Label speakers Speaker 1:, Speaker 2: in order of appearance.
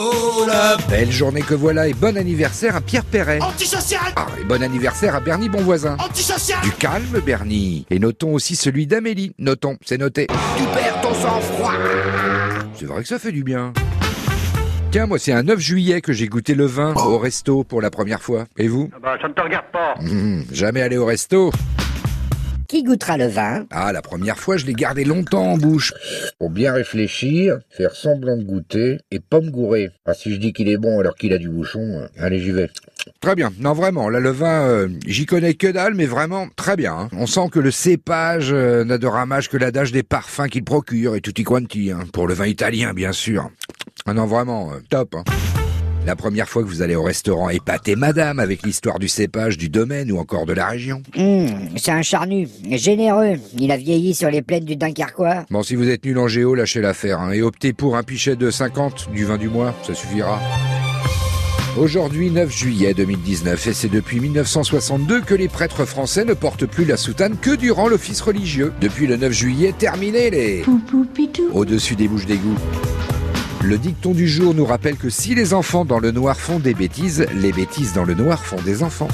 Speaker 1: couleur.
Speaker 2: Belle journée que voilà et bon anniversaire à Pierre Perret.
Speaker 1: Antisocial
Speaker 2: Ah, et bon anniversaire à Bernie Bonvoisin.
Speaker 1: Antisocial
Speaker 2: Du calme, Bernie. Et notons aussi celui d'Amélie. Notons, c'est noté.
Speaker 1: Tu perds ton sang-froid
Speaker 2: C'est vrai que ça fait du bien. Tiens, moi, c'est un 9 juillet que j'ai goûté le vin au resto pour la première fois. Et vous
Speaker 3: Ah Bah, ça ne te regarde pas.
Speaker 2: Hum, Jamais allé au resto
Speaker 4: Qui goûtera le vin
Speaker 2: Ah, la première fois, je l'ai gardé longtemps en bouche.
Speaker 5: Pour bien réfléchir, faire semblant de goûter et pas me gourer. Ah, si je dis qu'il est bon alors qu'il a du bouchon, euh, allez, j'y vais.
Speaker 2: Très bien. Non, vraiment, là, le vin, euh, j'y connais que dalle, mais vraiment, très bien. hein. On sent que le cépage euh, n'a de ramage que l'adage des parfums qu'il procure et tutti quanti. hein. Pour le vin italien, bien sûr. Ah non, vraiment, euh, top. hein. La première fois que vous allez au restaurant, épatez madame avec l'histoire du cépage, du domaine ou encore de la région.
Speaker 4: Hum, C'est un charnu, généreux. Il a vieilli sur les plaines du Dunkerquois.
Speaker 2: Bon, si vous êtes nul en géo, lâchez l'affaire hein, et optez pour un pichet de 50 du vin du mois, ça suffira. Aujourd'hui 9 juillet 2019 et c'est depuis 1962 que les prêtres français ne portent plus la soutane que durant l'office religieux. Depuis le 9 juillet, terminez les au-dessus des bouches d'égout. Le dicton du jour nous rappelle que si les enfants dans le noir font des bêtises, les bêtises dans le noir font des enfants.